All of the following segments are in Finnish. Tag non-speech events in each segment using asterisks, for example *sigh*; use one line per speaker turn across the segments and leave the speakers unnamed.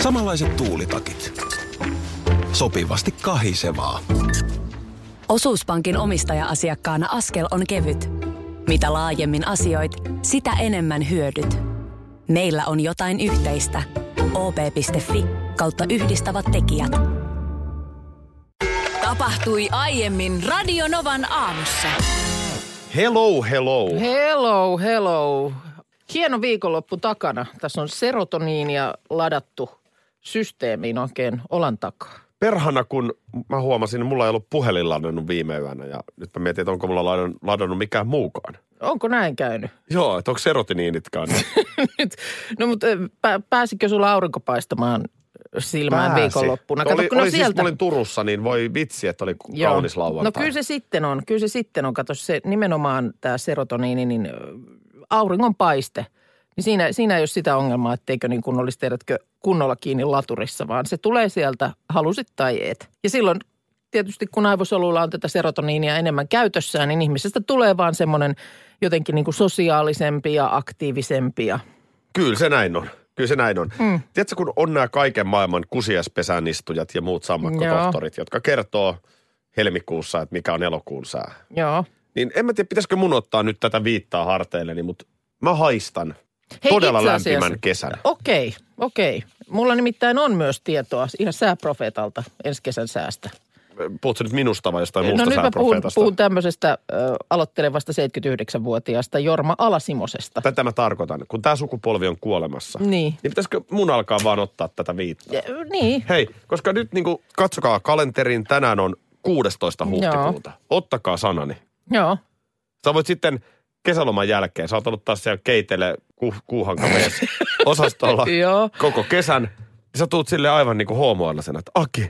Samanlaiset tuulitakit. Sopivasti kahisevaa.
Osuuspankin omistaja-asiakkaana askel on kevyt. Mitä laajemmin asioit, sitä enemmän hyödyt. Meillä on jotain yhteistä. op.fi kautta yhdistävät tekijät. Tapahtui aiemmin Radionovan aamussa.
Hello, hello.
Hello, hello. Hieno viikonloppu takana. Tässä on serotoniinia ladattu systeemiin oikein olan takaa.
Perhana, kun mä huomasin, että mulla ei ollut puhelin ladannut viime yönä ja nyt mä mietin, että onko mulla ladan- ladannut mikään muukaan.
Onko näin käynyt? *laughs*
Joo, että onko serotiniinitkaan.
Nyt, no mutta ö, pää, pääsikö sulla aurinko paistamaan silmään
Pääsi.
viikonloppuna?
Oli,
kun no
oli siis,
sieltä-
mä olin Turussa, niin voi vitsi, että oli
Joo.
kaunis lauantai.
No kyllä se sitten on, kyllä se sitten on. Kato se nimenomaan tämä serotoniini, niin ö, auringon paiste. Niin siinä, siinä ei ole sitä ongelmaa, etteikö niin kuin olisi tiedätkö kunnolla kiinni laturissa, vaan se tulee sieltä halusit tai et. Ja silloin tietysti kun aivosoluilla on tätä serotoniinia enemmän käytössään, niin ihmisestä tulee vaan semmoinen jotenkin niin kuin sosiaalisempi ja aktiivisempi. Ja
Kyllä se näin on. Kyllä se näin on. Mm. Tiedätkö, kun on nämä kaiken maailman kusiaspesän istujat ja muut sammakkotohtorit, jotka kertoo helmikuussa, että mikä on elokuun sää.
joo.
Niin en mä tiedä, pitäisikö mun ottaa nyt tätä viittaa harteilleni, mutta mä haistan todella
itse asiassa-
lämpimän kesän.
Okei, okei. Mulla nimittäin on myös tietoa ihan sääprofeetalta ensi kesän säästä.
Puhutko nyt minusta vai jostain muusta
no nyt mä puhun,
sääprofeetasta?
puhun tämmöisestä ö, aloittelevasta 79-vuotiaasta Jorma Alasimosesta.
Tätä mä tarkoitan. Kun tämä sukupolvi on kuolemassa,
Niin.
niin pitäisikö mun alkaa vaan ottaa tätä viittaa?
Ja, niin,
Hei, koska nyt niin kuin, katsokaa kalenteriin, tänään on 16. huhtikuuta. Ottakaa sanani.
joo.
Sä voit sitten kesäloman jälkeen, sä oot ollut taas siellä keitele ku,
*laughs*
kuuhankamies osastolla
Joo.
koko kesän. Ja sä tuut sille aivan niin kuin hoomoillasena, että Aki,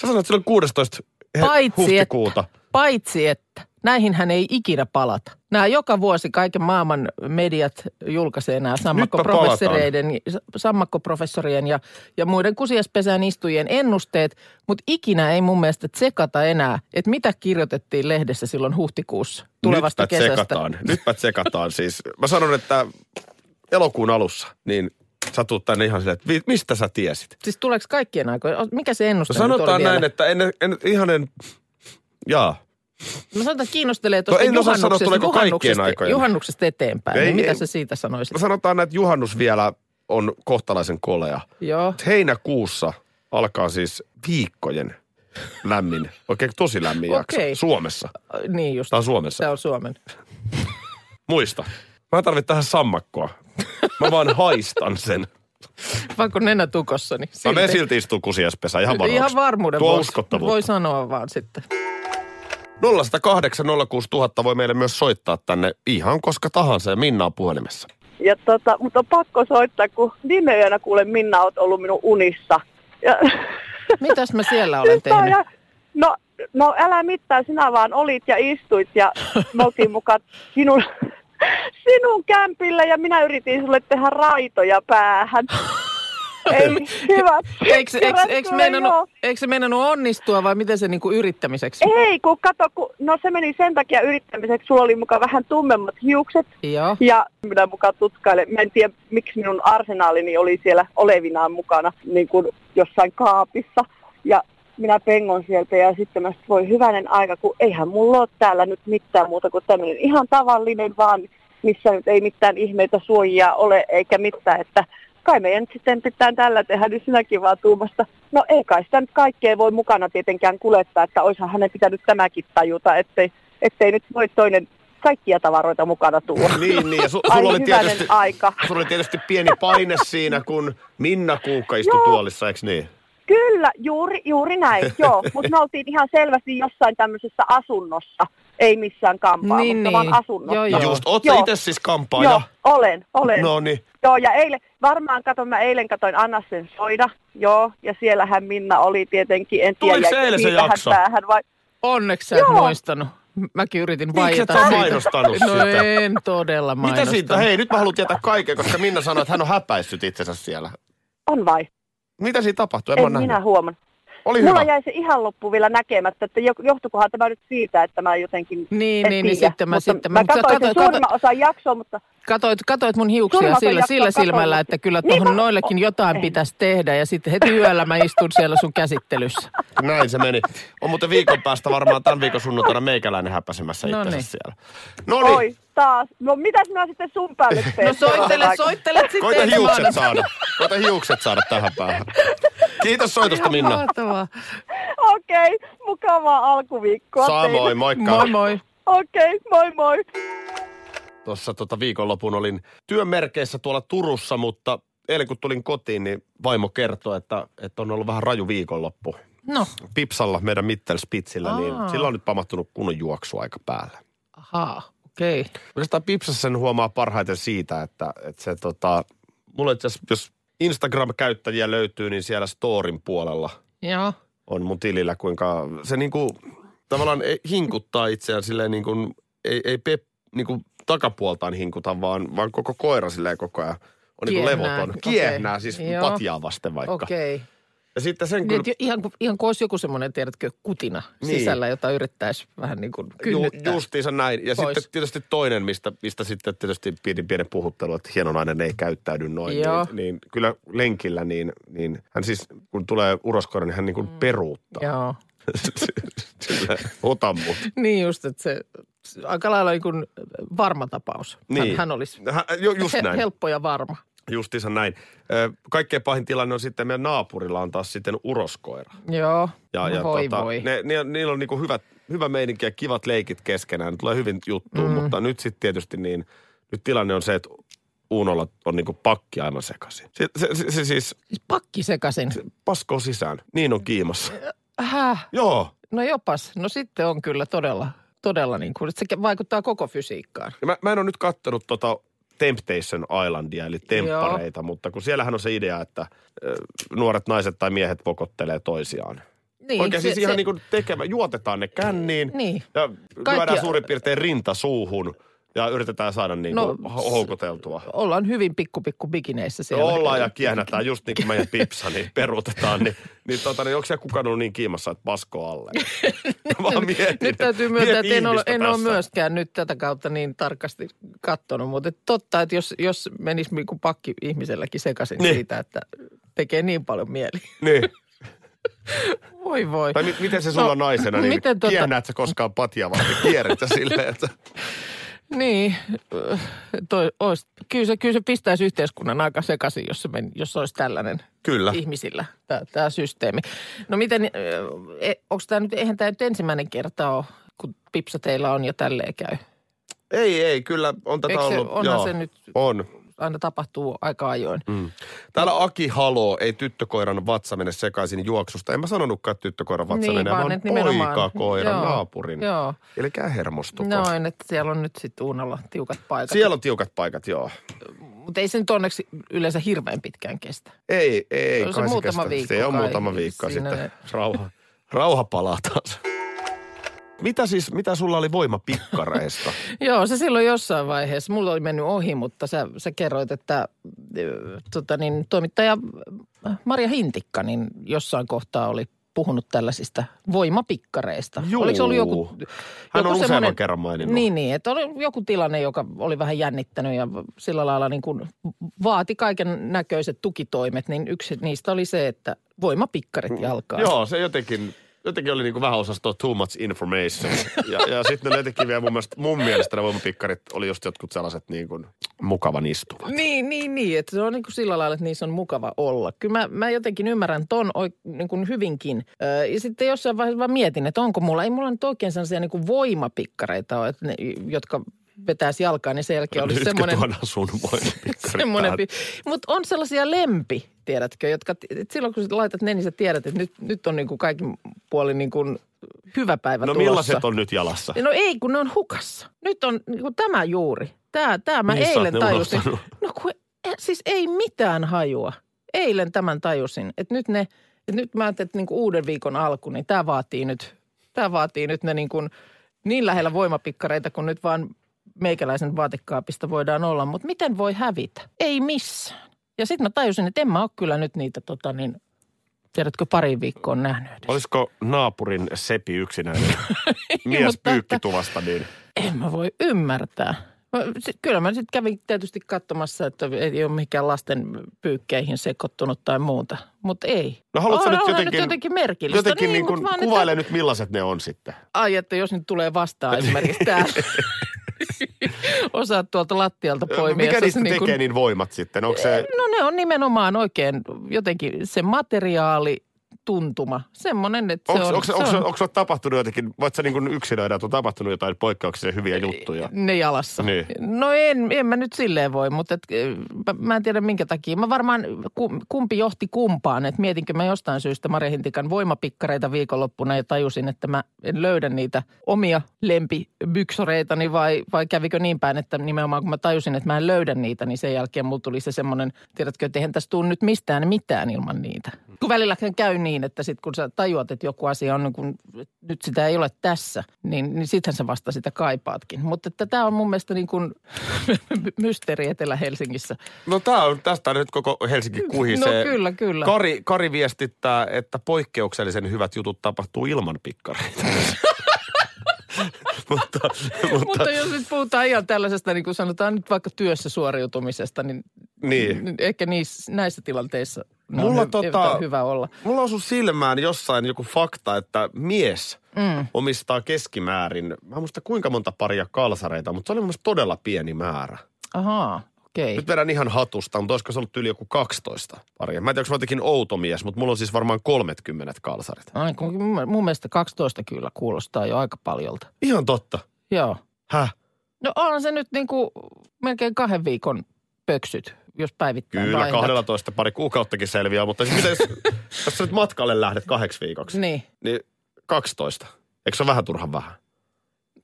sä sanoit silloin 16. he-
Paitsi
huhtikuuta.
että, paitsi että näihin hän ei ikinä palata. Nämä joka vuosi kaiken maailman mediat julkaisee nämä sammakkoprofessoreiden, sammakkoprofessorien ja, ja muiden kusiaspesään istujien ennusteet, mutta ikinä ei mun mielestä tsekata enää, että mitä kirjoitettiin lehdessä silloin huhtikuussa tulevasta
Nytpä
kesästä.
Tsekataan. Nytpä tsekataan siis. Mä sanon, että elokuun alussa, niin sä tuut tänne ihan silleen, että vi- mistä sä tiesit?
Siis tuleeko kaikkien aikojen? O- Mikä se ennuste
No
nyt oli
sanotaan
vielä?
näin, että en, en ihanen, jaa.
Mä No sanotaan, että kiinnostelee tuosta
No, en osaa sanoa,
juhannuksesta,
tuleeko kaikkien
juhannuksesta-
aikojen.
juhannuksesta eteenpäin.
Ei,
Ei, niin mitä
ei.
sä siitä sanoisit?
No Sanotaan näin, että juhannus vielä on kohtalaisen kolea.
Joo.
Heinäkuussa alkaa siis viikkojen lämmin, oikein tosi lämmin jakso
Okei.
Suomessa.
Ö, Niin just.
Tää on Suomessa.
Se on Suomen.
Muista. Mä tarvitsen tähän sammakkoa. Mä vaan haistan sen.
Vaikka on nenä tukossa, niin
Mä menen silti istuu kusiaspesään ihan varmaksi.
Ihan varmuuden
Tuo
vuoksi.
uskottavuutta.
Voi sanoa vaan sitten.
0108 06000 voi meille myös soittaa tänne ihan koska tahansa ja Minna on puhelimessa.
Ja tota, mutta on pakko soittaa, kun viime yönä kuulen Minna, oot ollut minun unissa. Ja,
Mitäs mä siellä olen
*laughs* Tää on
tehnyt?
ihan- no, no älä mitään, sinä vaan olit ja istuit
*laughs*
ja me oltiin mukaan sinun, sinun kämpillä ja minä yritin sulle tehdä raitoja
*laughs*
päähän. Ei, hyvä.
Eikö, eikö, eikö,
Kyllä, joo.
meinannut, eikö se meinannut onnistua vai miten se niinku yrittämiseksi?
Ei, kun kato, kun, no se meni sen takia yrittämiseksi, sulla oli mukaan vähän tummemmat hiukset.
Joo.
Ja minä mukaan tutkaile. Mä en tiedä, miksi minun arsenaalini oli siellä olevinaan mukana niin kuin jossain kaapissa. Ja minä pengon sieltä ja sitten mä sit, voi hyvänen aika, kun eihän mulla ole täällä nyt mitään muuta kuin tämmöinen ihan tavallinen vaan, missä nyt ei mitään ihmeitä suojia ole eikä mitään, että kai meidän nyt sitten pitää tällä tehdä, niin sinäkin vaan tuumasta. No ei kai sitä nyt kaikkea voi mukana tietenkään kuljettaa, että oishan hänen pitänyt tämäkin tajuta, ettei, ettei nyt voi toinen kaikkia tavaroita mukana tuoda.
Niin, niin. Ja su-
Ai
sulla, oli
hyvänen
tietysti,
aika.
sulla oli tietysti pieni paine siinä, kun Minna Kuukka istui
Joo.
tuolissa, eikö niin?
Kyllä, juuri, juuri näin,
*laughs*
joo. Mutta me oltiin ihan selvästi jossain tämmöisessä asunnossa, ei missään kampaamossa,
Niin, niin.
vaan asunnossa.
Joo,
Joo.
joo.
Just, oot sä
Joo.
itse siis kampaaja?
Joo, olen, olen.
No niin.
Joo, ja eilen, varmaan katon, mä eilen katoin Anna sen soida, joo, ja siellähän Minna oli tietenkin, en tiedä,
Tuliko se
jäikö
eilen se
siitähän
jakso?
päähän vai...
Onneksi sä et
Joo.
muistanut. Mäkin yritin
Miksi et
vaieta
sä
siitä.
mainostanut
No
sitä?
en todella mainostanut.
Mitä siitä? Hei, nyt mä haluan tietää kaiken, koska Minna sanoi, että hän on häpäissyt itsensä siellä.
On vai?
Mitä siinä tapahtui? En, mä
En
oon
minä
nähnyt.
huomannut.
Oli
Mulla
hyvä.
jäi se ihan loppu vielä näkemättä, että jo- johtukohan tämä nyt siitä, että mä jotenkin
Niin,
en
niin, niin,
tiedä.
sitten mä-
mutta
sitten mä-
mä
mutta
katsoin sen
kato- kato-
suurimman osan jaksoa, mutta
Katoit, katoit mun hiuksia
Turha se
sillä,
jaksaa
sillä silmällä,
katoilla.
että kyllä
Niin
tuohon
mä-
noillekin jotain
en.
pitäisi tehdä ja sitten heti yöllä mä istun siellä sun
*laughs*
käsittelyssä.
Näin se meni. On muuten viikon päästä varmaan tämän viikon sunnuntaina meikäläinen häpäsemässä
No
itsensä
niin.
siellä. No niin,
oi, taas. No mitäs minä sitten sun päälle
*laughs*
teen?
No soittele, soittele sitten.
koita
ensi
hiukset
maanantaina.
saada. Koita hiukset saada tähän päähän. Kiitos soitosta
Ihan
Minna.
mahtavaa.
Okei, mukavaa alkuviikkoa.
Samoin,
teille.
moikka.
Moi moi.
Okei, moi moi.
Tuossa tota viikonlopun olin työmerkeissä tuolla Turussa, mutta eilen kun tulin kotiin, niin vaimo kertoi, että, että on ollut vähän raju viikonloppu.
No,
Pipsalla, meidän Mittelspitzillä, niin
Aa.
sillä on nyt pamahtunut kunnon juoksuaika päällä.
ahaa, okei. Okay.
Oikeastaan Pipsassa sen huomaa parhaiten siitä, että, että se tota, mulle itse asiassa, jos Instagram-käyttäjiä löytyy, niin siellä storin puolella
Joo.
on mun tilillä, kuinka se niinku tavallaan ei, hinkuttaa itseään silleen niin kuin, ei, ei pep, niinku takapuoltaan hinkuta, vaan, vaan koko koira silleen koko ajan on niinku
Kiehnää.
levoton.
Okei.
Kiehnää, okay. siis
Joo.
patjaa vasten vaikka. Okay.
Okei. Okay.
Ja sitten sen
Niin,
kyllä...
et jo- ihan, kuin- ihan kuin olisi joku semmoinen, tiedätkö, kutina
Niin.
niin. sisällä, jota yrittäisi vähän niin kuin
Ju,
kynnyttää.
justiinsa näin. Ja
Pois.
sitten tietysti toinen, mistä, mistä sitten tietysti pidin pienen puhuttelun, että hieno nainen ei käyttäydy noin.
Joo.
Niin, niin, kyllä lenkillä, niin, niin hän siis, kun tulee uroskoira, niin hän niin kuin mm. *laughs* peruuttaa.
Joo.
Sillä, Ota mut.
Niin just, että se se aika lailla niin kuin varma tapaus.
Niin.
Hän, hän olisi
Hän, jo, just
he,
näin.
helppo ja varma.
Justiinsa näin. Ö, Kaikkein pahin tilanne on sitten, meidän naapurilla on taas sitten uroskoira.
Joo,
Ja, ja
No
tota,
voi voi.
Ne, ne, niillä on niinku hyvät, hyvä meininki ja kivat leikit keskenään. Ne tulee hyvin juttuun, mm. mutta nyt sitten tietysti niin, nyt tilanne on se, että Uunolla on niinku pakki aivan sekaisin. Se, se, se, se siis
Siis pakki sekaisin.
paskoo sisään. Niin on kiimassa.
Häh,
Joo.
no jopas. No sitten on kyllä todella, todella niin kuin, että se vaikuttaa koko fysiikkaan.
Ja mä, mä en ole nyt kattonut tota Temptation Islandia, eli temppareita, Joo. mutta kun siellähän on se idea, että ö, nuoret naiset tai miehet pokottelee toisiaan.
Niin,
Oikein siis ihan niin kuin tekemä, juotetaan ne känniin
Niin.
ja
Kaikki-
lyödään suurin piirtein rinta suuhun ja yritetään saada niin kuin
No,
no, houkuteltua.
Ollaan hyvin pikku pikku bikineissä siellä.
Ollaan ja kiehnätään, just niin kuin meidän pipsa, niin peruutetaan. Niin, niin, tota, niin onko siellä kukaan ollut niin kiimassa, että pasko
*laughs*
alle? Vaan mietin,
Nyt täytyy
mietin
myöntää, että en ole,
ihmistä
en ole
tässä.
myöskään nyt tätä kautta niin tarkasti kattonut, mutta et totta, että jos, jos menisi niinku pakki ihmiselläkin sekaisin
Niin.
niin. siitä, että tekee niin paljon mieli. *laughs*
Niin.
Voi voi.
Tai mi- miten se sulla
No,
no, naisena, niin
miten
miten
tota-
tota... kiehnäät sä koskaan patia vaan kierrettä silleen, että...
Niin, ö, toi, ois, kyllä, se, kyllä se pistäisi yhteiskunnan aika sekaisin, jos, se men, jos olisi tällainen
Kyllä.
ihmisillä tämä systeemi. No miten, onko tämä nyt, eihän tämä nyt ensimmäinen kerta ole, kun pipsa teillä on ja tälleen käy.
Ei, ei, kyllä on tätä
Eikö se-
ollut.
onhan se nyt-
On.
Aina tapahtuu aika ajoin. Mm.
Täällä Aki Halo, ei tyttökoiran vatsa mene sekaisin juoksusta. En mä sanonutkaan, että tyttökoiran vatsa
Niin,
menee,
vaan
vaan,
et nimenomaan-
poikakoiran
joo,
naapurin.
joo.
Elikä hermostuko.
Noin, että siellä on nyt sitten Uunalla tiukat paikat.
Siellä on tiukat paikat, joo.
Mutta ei se nyt onneksi yleensä hirveän pitkään kestä.
Ei, ei, ei.
On se
kai
muutama viikko
Se on
kai
muutama viikko
siinä
sitten.
ne-
Rauha, rauha palaa taas. Mitä siis, mitä sulla oli
*laughs*
voimapikkareista?
Joo, se silloin jossain vaiheessa. Mulla oli mennyt ohi, mutta sä, sä kerroit, että ö, tota niin, toimittaja äh, Maria Hintikka niin jossain kohtaa oli puhunut tällaisista voimapikkareista.
Juu.
Oliko se ollut joku...
Hän on
joku
useamman
semmoinen-
kerran maininnut.
Niin, niin, että oli joku tilanne, joka oli vähän jännittänyt ja sillä lailla niin kuin vaati kaiken näköiset tukitoimet, niin yksi niistä oli se, että voimapikkarit jalkaan.
Mm, Joo, se jotenkin, jotenkin oli niinku vähän osastoa too much information. Ja, ja sitten ne jotenkin vielä mun mielestä, mun mielestä ne voimapikkarit oli just jotkut sellaiset niin kuin mukavan istuvat.
Niin, niin, niin. Että se on niin kuin sillä lailla, että niissä on mukava olla. Kyllä mä, mä jotenkin ymmärrän ton oik, niin kuin hyvinkin. Öö, ja sitten jossain vaiheessa vaan mietin, että onko mulla, ei mulla nyt oikein sellaisia niin kuin voimapikkareita ole, että ne, jotka vetäisi jalkaan, niin sen jälkeen olisi
Nytkö
semmoinen...
tuodaan sun voimapikkarit
*laughs* Semmoinen,
tähän?
mutta on sellaisia lempi, tiedätkö, jotka et silloin kun sä laitat ne, niin sä tiedät, että nyt, nyt on niin kuin kaikin puolin niin kuin hyvä päivä
No
tulossa.
millaiset on nyt jalassa?
No ei, kun ne on hukassa. Nyt on niin kuin tämä juuri. Tämä, tämä mä
Mihin sä oot
eilen
Niin ne
tajusin.
unohtanut?
No kun, eh, siis ei mitään hajua. Eilen tämän tajusin, että nyt ne, että nyt mä ajattelin, että niin kuin uuden viikon alku, niin tämä vaatii nyt, tämä vaatii nyt ne niin, kuin, niin lähellä voimapikkareita kuin nyt vaan meikäläisen vaatekaapista voidaan olla. Mutta miten voi hävitä? Ei missään. Ja sitten mä tajusin, että en mä ole kyllä nyt niitä tota niin, tiedätkö, pari viikkoa on nähnyt edes.
*laughs* Olisiko naapurin sepi
*laughs*
yksinäinen mies
mutta-
pyykkituvasta, niin
En mä voi ymmärtää. Mä- sit- Kyllä mä sitten kävin tietysti katsomassa, että ei ole mikään lasten pyykkeihin sekoittunut tai muuta, mutta ei.
No haluatko
Onhan
nyt
ne
jotenkin,
nyt jotenkin merkillistä?
Jotenkin
Niin,
niin,
mut
kuin
vaan,
kuvaile
että-
nyt millaiset ne on sitten.
Ai, että jos nyt
*laughs*
tulee vastaan esimerkiksi täällä. Osaat tuolta lattialta poimia.
Mikä
jos se
niistä
niin
tekee
kuin-
niin voimat sitten? Onko se,
No ne on nimenomaan oikein jotenkin se materiaali, tuntuma. Semmoinen, että
onko,
se on...
onko,
se
onko,
on-
onko, onko tapahtunut jotakin, voit sä niin kuin yksilöidä, että on tapahtunut jotain poikkeuksellisen hyviä juttuja?
Ne jalassa.
Niin.
No en, en mä nyt silleen voi, mutta et, eh, mä, mä en tiedä minkä takia. Mä varmaan, ku- kumpi johti kumpaan, että mietinkö mä jostain syystä Mari Hintikan voimapikkareita viikonloppuna ja tajusin, että mä en löydä niitä omia lempibyksoreitani vai, vai kävikö niin päin, että nimenomaan kun mä tajusin, että mä en löydä niitä, niin sen jälkeen mulla tuli se semmoinen, tiedätkö, että eihän tässä tule nyt mistään mitään ilman niitä. Kun välillä käy niin, että sit kun sä tajuat, että joku asia on niin kun, että nyt sitä ei ole tässä, niin, niin sittenhän sä vasta sitä kaipaatkin. Mutta tämä on mun mielestä niin kuin *laughs* mysteeri Etelä-Helsingissä.
No tää on, tästä nyt koko Helsinki kuhisee.
No kyllä, kyllä.
Kari, Kari viestittää, että poikkeuksellisen hyvät jutut tapahtuu ilman pikkareita. *laughs* mutta, mutta,
Mutta jos nyt puhutaan ihan tällaisesta, niin kuin sanotaan nyt vaikka työssä suoriutumisesta, niin
niin.
niin ehkä niissä, näissä tilanteissa ne
Mulla
on, hy- eivät
tota-
ole hyvä olla.
Mulla osui silmään jossain joku fakta, että mies mm. omistaa keskimäärin, mä en muista kuinka monta paria kalsareita, mutta se oli mun mielestä todella pieni määrä.
Ahaa, okei.
Nyt vedän ihan hatusta, mutta olisiko se ollut yli joku 12 paria. Mä en tiedä, onko mä jotenkin outo mies, mutta mulla on siis varmaan 30 kalsarit.
Ai, kun mun- mun mielestä 12 kyllä kuulostaa jo aika paljolta.
Ihan totta.
Joo.
Häh?
No on se nyt niin kuin melkein kahden viikon pöksyt, jos päivittäin
Kyllä,
vaihdat.
12 pari kuukauttakin selviää, mutta siis mitä jos,
*laughs*
jos sä nyt matkalle lähdet kahdeksi viikoksi, niin,
Niin.
niin 12. Eikö se ole vähän turhan vähän?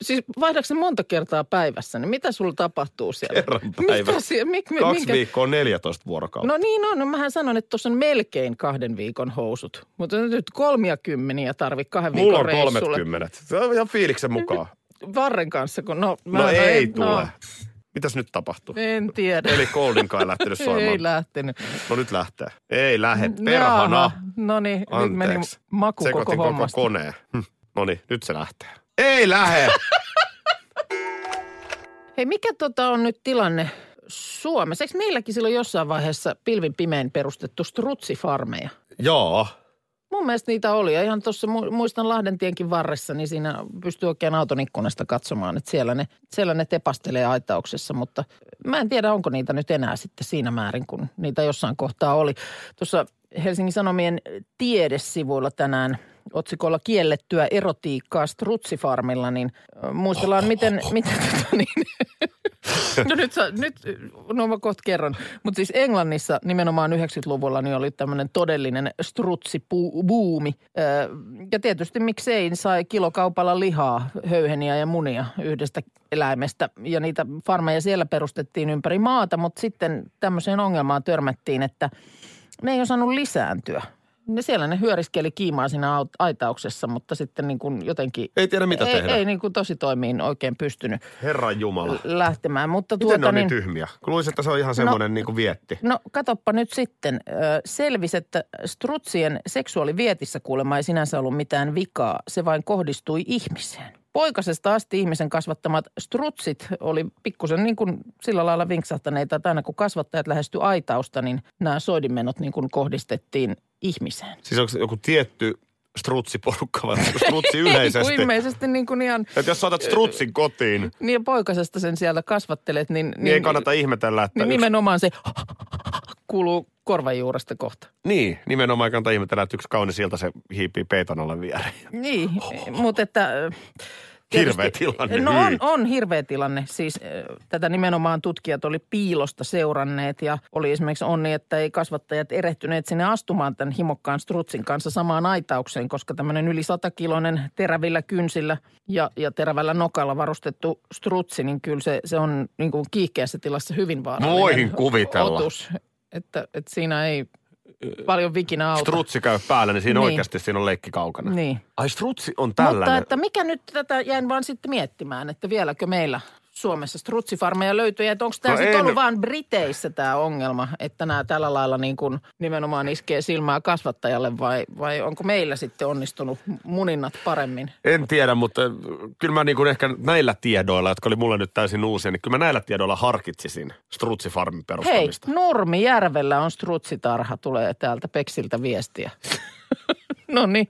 Siis vaihdatko sen monta kertaa päivässä, niin mitä sulla tapahtuu siellä?
Kerran
Mitä
päivässä.
siellä, mik, mi-
Kaksi
minkä-
viikkoa on 14 vuorokautta.
No niin on, no mähän sanon, että tuossa on melkein kahden viikon housut. Mutta nyt kolmia kymmeniä tarvii kahden
Mulla
viikon
on
reissulle.
30. Se on ihan fiiliksen mukaan.
Varren kanssa, kun no... Mä,
No ei
en-
tule. Mitäs nyt tapahtuu?
No, en tiedä.
Eli Goldin kai lähtenyt
*laughs* ei
soimaan.
lähtenyt.
No nyt lähtee. Ei lähde. Perhana.
No niin, nyt meni
Anteeksi.
maku koko
Sekoitin koko
hommasta.
koneen. No niin, nyt se lähtee. Ei lähe.
Hei, mikä tota on nyt tilanne Suomessa? Eikö meilläkin silloin jossain vaiheessa pilvin pimein perustettu strutsifarmeja?
*laughs* Joo.
Mun mielestä niitä oli. Ja ihan tuossa mu- muistan Lahdentienkin varressa, niin siinä pystyy oikein auton ikkunasta katsomaan, että siellä ne, siellä ne tepastelee aitauksessa. Mutta mä en tiedä, onko niitä nyt enää sitten siinä määrin, kun niitä jossain kohtaa oli. Tuossa Helsingin Sanomien tiedesivuilla tänään otsikolla kiellettyä erotiikkaa strutsifarmilla, niin ö, muistellaan, miten, miten *laughs* tota niin, No nyt, sä, nyt no mä kohta kerron. Mutta siis Englannissa nimenomaan 90-luvulla niin oli tämmöinen todellinen strutsibuumi. Öö, Ja tietysti miksei niin sai kilokaupalla lihaa, höyheniä ja munia yhdestä eläimestä. Ja niitä farmeja siellä perustettiin ympäri maata, mutta sitten tämmöiseen ongelmaan törmättiin, että ne ei osannut lisääntyä. Ne siellä ne hyöriskeli kiimaa siinä aut- aitauksessa, mutta sitten niin kuin jotenkin...
Ei tiedä mitä
ei,
tehdä.
ei niin kuin tosi toimiin oikein pystynyt
Herran Jumala.
lähtemään. Mutta
Miten ne
tuota
on niin
niin,
tyhmiä? Kun luulisin, että se on ihan semmoinen niin kuin vietti.
No katoppa nyt sitten. Ö, Selvisi, että strutsien seksuaalivietissä kuulemma ei sinänsä ollut mitään vikaa. Se vain kohdistui ihmiseen. Poikasesta asti ihmisen kasvattamat strutsit oli pikkusen niin kuin sillä lailla vinksahtaneita, että aina kun kasvattajat lähestyi aitausta, niin nämä soidinmenot niin kuin kohdistettiin ihmiseen.
Siis onko se joku tietty strutsiporukka vai onko
*laughs*
strutsi
Ei,
yleisesti?
kun ilmeisesti niin kuin ihan,
Että jos sä otat strutsin kotiin, niin,
niin poikasesta sen sieltä kasvattelet, niin,
niin ei kannata ihmetellä, että...
niin
yksi-
nimenomaan se *laughs* kuuluu korvajuuresta kohta.
Niin, nimenomaan ei kannata ihmetellä, että yksi kaunis siltä se hiipii peiton alle viereen.
Niin, mutta että... ö,
Oh. Hirveä
tietysti-
tilanne, niin.
No
hyi.
on, on hirveä tilanne. Siis ö, tätä nimenomaan tutkijat oli piilosta seuranneet ja oli esimerkiksi onni, että ei kasvattajat erehtyneet sinne astumaan tämän himokkaan strutsin kanssa samaan aitaukseen, koska tämmöinen yli satakiloinen terävillä kynsillä ja, ja terävällä nokalla varustettu strutsi, niin kyllä se, se on niin kuin kiihkeässä tilassa hyvin vaarallinen
Voihin kuvitella.
Otus, että, että siinä ei paljon vikinä auta.
Strutsi käy päällä, niin siinä
Niin.
oikeasti siinä on leikki kaukana.
Niin.
Ai strutsi on tällainen.
Mutta että mikä nyt tätä jäin vaan sitten miettimään, että vieläkö meillä Suomessa strutsifarmeja löytyy, että onko tämä
No
no sitten
ei
ollut
no-
vaan Briteissä tämä ongelma, että nämä tällä lailla niin kuin nimenomaan iskee silmää kasvattajalle vai, vai onko meillä sitten onnistunut muninnat paremmin?
En tiedä, mutta äh, kyllä mä niin kuin ehkä näillä tiedoilla, jotka oli mulle nyt täysin uusia, niin kyllä mä näillä tiedoilla harkitsisin strutsifarmin
Hei,
perustamista.
Nurmijärvellä on strutsitarha, tulee täältä Peksiltä viestiä. *laughs* no niin,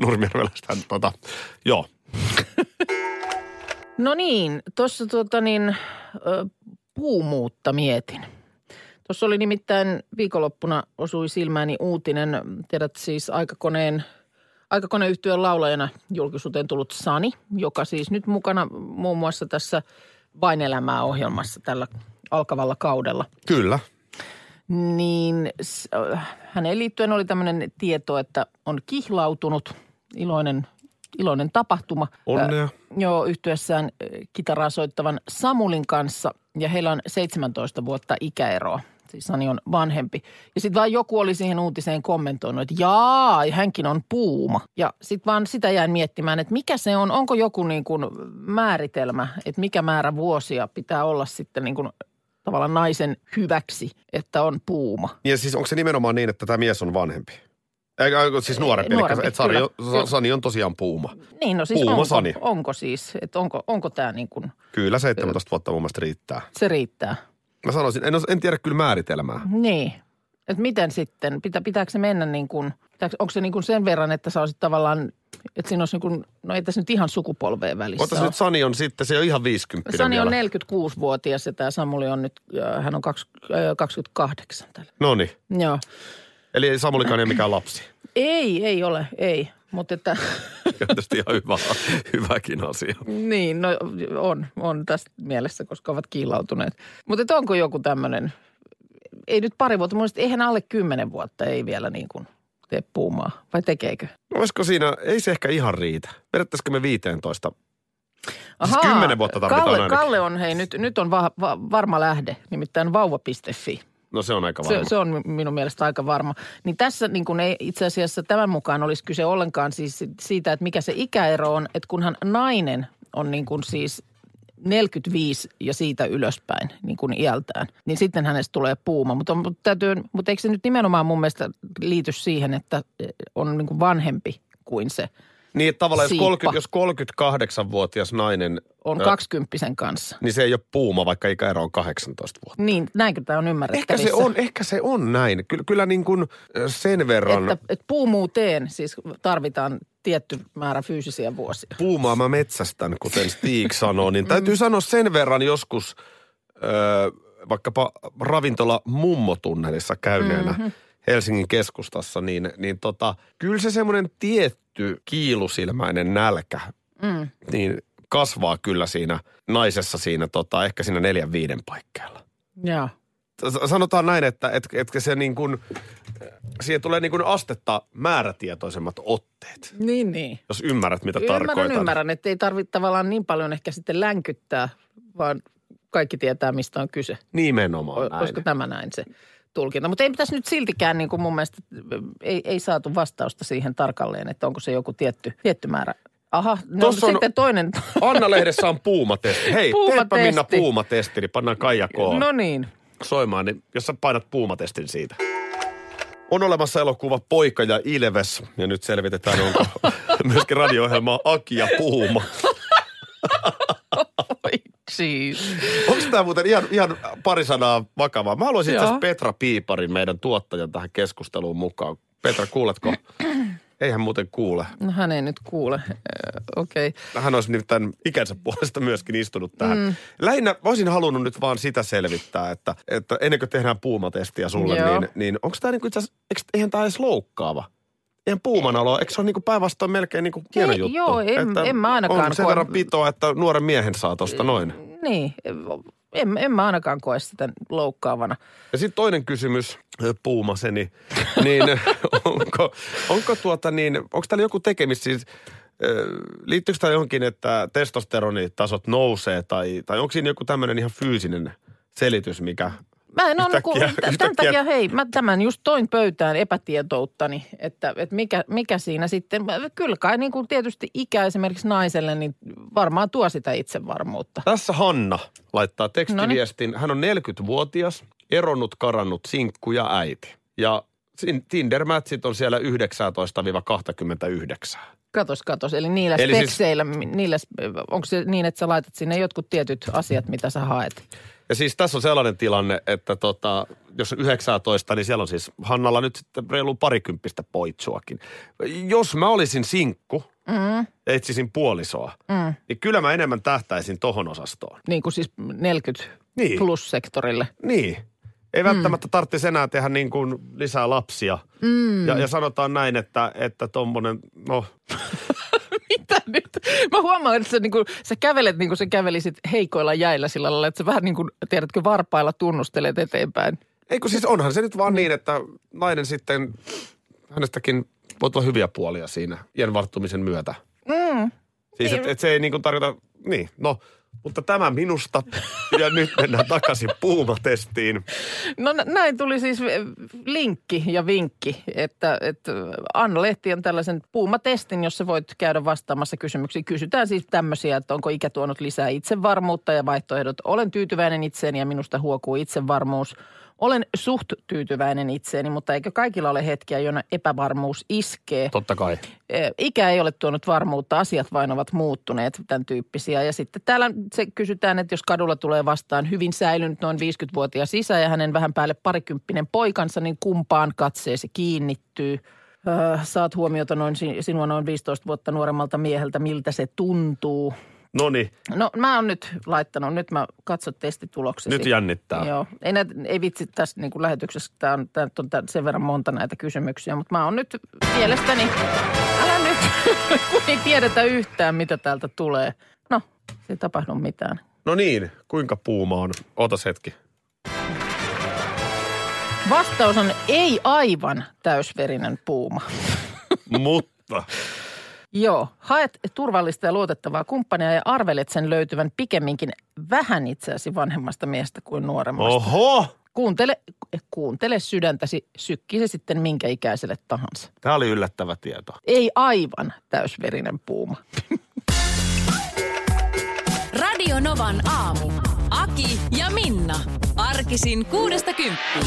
Nurmijärvelästä, tota, joo.
No niin, tuossa tuota niin, ö, puumuutta mietin. Tuossa oli nimittäin viikonloppuna osui silmääni uutinen, tiedät siis aikakoneen, aikakoneyhtiön laulajana julkisuuteen tullut Sani, joka siis nyt mukana muun muassa tässä Vain elämää ohjelmassa tällä alkavalla kaudella.
Kyllä.
Niin s- ö, häneen liittyen oli tämmöinen tieto, että on kihlautunut, iloinen, iloinen tapahtuma. Äh,
Onnea.
Ö, joo, yhtyessään ö, kitaraa soittavan Samulin kanssa ja heillä on 17 vuotta ikäeroa. Siis Sani on vanhempi. Ja sitten vaan joku oli siihen uutiseen kommentoinut, että jaa, hänkin on puuma. Ja sitten vaan sitä jäin miettimään, että mikä se on, onko joku niin kuin määritelmä, että mikä määrä vuosia pitää olla sitten niin kuin tavallaan naisen hyväksi, että on puuma.
Ja siis onko se nimenomaan niin, että tämä mies on vanhempi? Eikä, eikä, siis nuorempi,
Nuorempi,
nuorempi että Sari, on-
kyllä.
Sa- Sani on tosiaan puuma.
Niin, no siis
Puuma
onko,
Sani.
onko siis, että onko, onko tämä niin kuin,
Kyllä 17 vuotta mun mielestä riittää.
se riittää.
Mä sanoisin, en, os- en tiedä kyllä määritelmää.
Niin, että miten sitten, pitä, pitääkö se mennä niin kuin, pitääkö, onko se niin kuin sen verran, että sä olisit tavallaan, että siinä olisi niin kuin, no ei tässä nyt ihan sukupolveen välissä
Ota se
ole.
nyt Sani on sitten, se on ihan 50
Sani on
vielä.
46-vuotias ja tämä Samuli on nyt, äh, hän on kaksi- äh, 28 tällä.
No niin.
Joo.
Eli ei Samulikaan ei ole mikään *laughs* lapsi.
Ei, ei ole, ei. Mutta että,
Ja Tietysti ihan hyvä, hyväkin asia.
niin, no on, on tässä mielessä, koska ovat kiilautuneet. Mutta että onko joku tämmöinen, ei nyt pari vuotta, mutta eihän alle kymmenen vuotta ei vielä niin kuin tee puumaa, vai tekeekö?
No olisiko siinä, ei se ehkä ihan riitä. Vedettäisikö me 15?
Ahaa,
Siis kymmenen vuotta tarvitaan
Kalle,
ainakin.
Kalle on, hei, nyt, nyt on va, va, varma lähde, nimittäin vauva.fi.
No se on aika
Se,
varma.
se on minun mielestä aika varma. Niin tässä niin kun ei itse asiassa tämän mukaan olisi kyse ollenkaan siis siitä, että mikä se ikäero on, että kunhan nainen on niin kuin siis 45 ja siitä ylöspäin niin kuin iältään, niin sitten hänestä tulee puuma. Mutta, on- mutta, täytyy, mutta eikö se nyt nimenomaan mun mielestä liity siihen, että eh, on niin kuin vanhempi kuin se
Niin että tavallaan jos,
Siippa.
30, jos 38-vuotias nainen,
on
Ö.
kaksikymppisen kanssa?
niin se ei ole puuma, vaikka ikäero on 18 vuotta.
Niin, näinkö tämä on
Ehkä
ymmärrettävissä?
se on, ehkä se on näin. Kyllä, kyllä niin kuin ö, sen verran
Että, että puumuuteen siis tarvitaan tietty määrä fyysisiä vuosia.
puumaa mä metsästän, kuten Stig sanoo, niin täytyy sanoa sen verran joskus öö, vaikkapa ravintola mummotunnelissa käyneenä
Mhm.
mm-hmm. Helsingin keskustassa, niin, niin tota, kyllä se semmoinen tietty kiilusilmäinen nälkä,
Mm.
niin kasvaa kyllä siinä naisessa siinä tota, ehkä siinä neljän viiden paikkeilla.
Joo.
S- Sanotaan näin, että et, etkä se niin kuin, siihen tulee niin kuin astetta määrätietoisemmat otteet,
Niin, niin.
jos ymmärrät mitä
Ymmärrän,
tarkoitan.
ymmärrän, että ei tarvitse tavallaan niin paljon ehkä sitten länkyttää, vaan kaikki tietää, mistä on kyse.
Nimenomaan
O-
näin.
Olisiko *laughs* tämä näin se tulkinta? Mutta ei pitäisi nyt siltikään niin kuin mun mielestä, ei, ei saatu vastausta siihen tarkalleen, että onko se joku tietty, tietty määrä. Aha, no,
Tossa on-
sitten toinen.
Anna-lehdessä on puumatesti. Hei, teepä
Puumatesti.
Minna puumatesti, niin pannaan Kaija Koon
*laughs* no niin.
soimaan, niin jos sä painat puumatestin siitä. On olemassa elokuva Poika ja Ilves, ja nyt selvitetään,
*laughs*
onko myöskin radio-ohjelmaa Aki ja Puuma.
Oi, siis.
Onko tämä muuten ihan, ihan pari sanaa vakavaa? Mä haluaisin itse asiassa
Joo.
Petra Piiparin, meidän tuottajan, tähän keskusteluun mukaan. Petra, kuuletko? Eihän muuten kuule.
No hän ei nyt kuule. Ö, Okei. Okay.
Hän olisi nimittäin ikänsä puolesta myöskin istunut tähän. Mm. Lähinnä olisin halunnut nyt vaan sitä selvittää, että, että ennen kuin tehdään puumatestiä sulle,
Joo.
niin, niin onko tämä niinku itse asiassa, eikö- eihän tämä edes loukkaava? Eihän puuman alo, eikö se ole niinku päinvastoin melkein niinku hieno
Ei,
juttu?
joo, en-
että
en mä ainakaan
On sen
koe-
verran pitoa, että nuoren miehen saa tosta noin.
Niin, en, en mä ainakaan koe sitä loukkaavana.
Ja sitten toinen kysymys, ö, puumaseni, niin onko, onko tuota niin, onko täällä joku tekemis siis, ö, liittyykö tämä johonkin, että testosteronitasot nousee tai, tai onko siinä joku tämmöinen ihan fyysinen selitys, mikä
Mä en ole, niin kuin,
Yhtäkkiä-
tämän
yhtäkkiä-
takia hei, mä tämän just toin pöytään epätietouttani, että, että mikä, mikä siinä sitten, mä- kyllä kai niin kuin tietysti ikä esimerkiksi naiselle, niin varmaan tuo sitä itsevarmuutta.
Tässä Hanna laittaa tekstiviestin. Hän on 40-vuotias, eronnut, karannut, sinkku ja äiti. Ja sin- Tinder-mätsit on siellä 19-29.
Katos, katos, eli niillä
Eli
eli
siis-
spekseillä, siis... niillä, onko se niin, että sä laitat sinne jotkut tietyt asiat, mitä sä haet?
Ja siis tässä on sellainen tilanne, että tota, jos on 19, niin siellä on siis Hannalla nyt sitten reilu parikymppistä poitsuakin. Jos mä olisin sinkku
Mm,
ja etsisin puolisoa,
mm.
niin kyllä mä enemmän tähtäisin tohon osastoon.
Niin kuin siis 40
Niin.
plus sektorille.
Niin. Ei
Mm.
välttämättä tarvitsisi enää tehdä niin kuin lisää lapsia. Mm. Ja, ja sanotaan näin, että, että tommonen, no
*laughs* Mitä nyt? Mä huomaan, että sä, niin kuin, sä kävelet niin kuin sä kävelisit heikoilla jäillä sillä lailla, että sä vähän niin kuin, tiedätkö, varpailla tunnustelet eteenpäin.
Ei kun siis onhan se nyt vaan niin, että nainen sitten, hänestäkin voi tulla hyviä puolia siinä iän varttumisen myötä. Mm. Siis et, et se ei niin kuin tarkoita, niin no, mutta tämä minusta. Ja nyt mennään takaisin puumatestiin.
No nä- näin tuli siis eh, linkki ja vinkki, että, että Anna Lehti on tällaisen puumatestin, jossa voit käydä vastaamassa kysymyksiin. Kysytään siis tämmöisiä, että onko ikä tuonut lisää itsevarmuutta ja vaihtoehdot. Olen tyytyväinen itseeni ja minusta huokuu itsevarmuus. Olen suht tyytyväinen itseeni, mutta eikö kaikilla ole hetkiä, jona epävarmuus iskee?
Totta kai.
Eh, ikä ei ole tuonut varmuutta, asiat vain ovat muuttuneet, tämän tyyppisiä. Ja sitten täällä se kysytään, että jos kadulla tulee vastaan hyvin säilynyt noin 50-vuotias isä ja hänen vähän päälle parikymppinen poikansa, niin kumpaan katseesi kiinnittyy? Öö, saat huomiota noin, si- sinua noin 15 vuotta nuoremmalta mieheltä, miltä se tuntuu.
No niin,
No mä oon nyt laittanut, nyt mä katsot testituloksesi.
nyt jännittää.
Joo, ei, näitä, ei vitsi tässä niin kuin lähetyksessä, tämä on, tää on tää- sen verran monta näitä kysymyksiä, mutta mä oon nyt mielestäni, älä nyt, *laughs* kun ei tiedetä yhtään, mitä täältä tulee. No, ei tapahdu mitään.
No niin, kuinka puuma on? Ootas hetki.
Vastaus on ei aivan täysverinen puuma.
Mutta
Joo, haet turvallista ja luotettavaa kumppania ja arvelet sen löytyvän pikemminkin vähän itseäsi vanhemmasta miestä kuin nuoremmasta.
Oh. oho,
Kuuntele, kuuntele sydäntäsi, sykki se sitten minkä ikäiselle tahansa.
tämä oli yllättävä tieto.
ei aivan täysverinen puuma.
Radio Novan aamu. Aki ja Minna. Arkisin kuudesta kymppiin.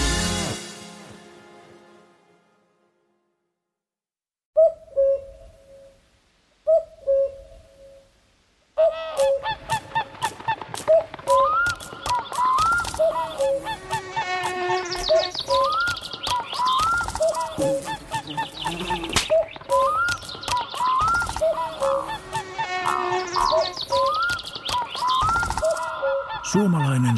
Suomalainen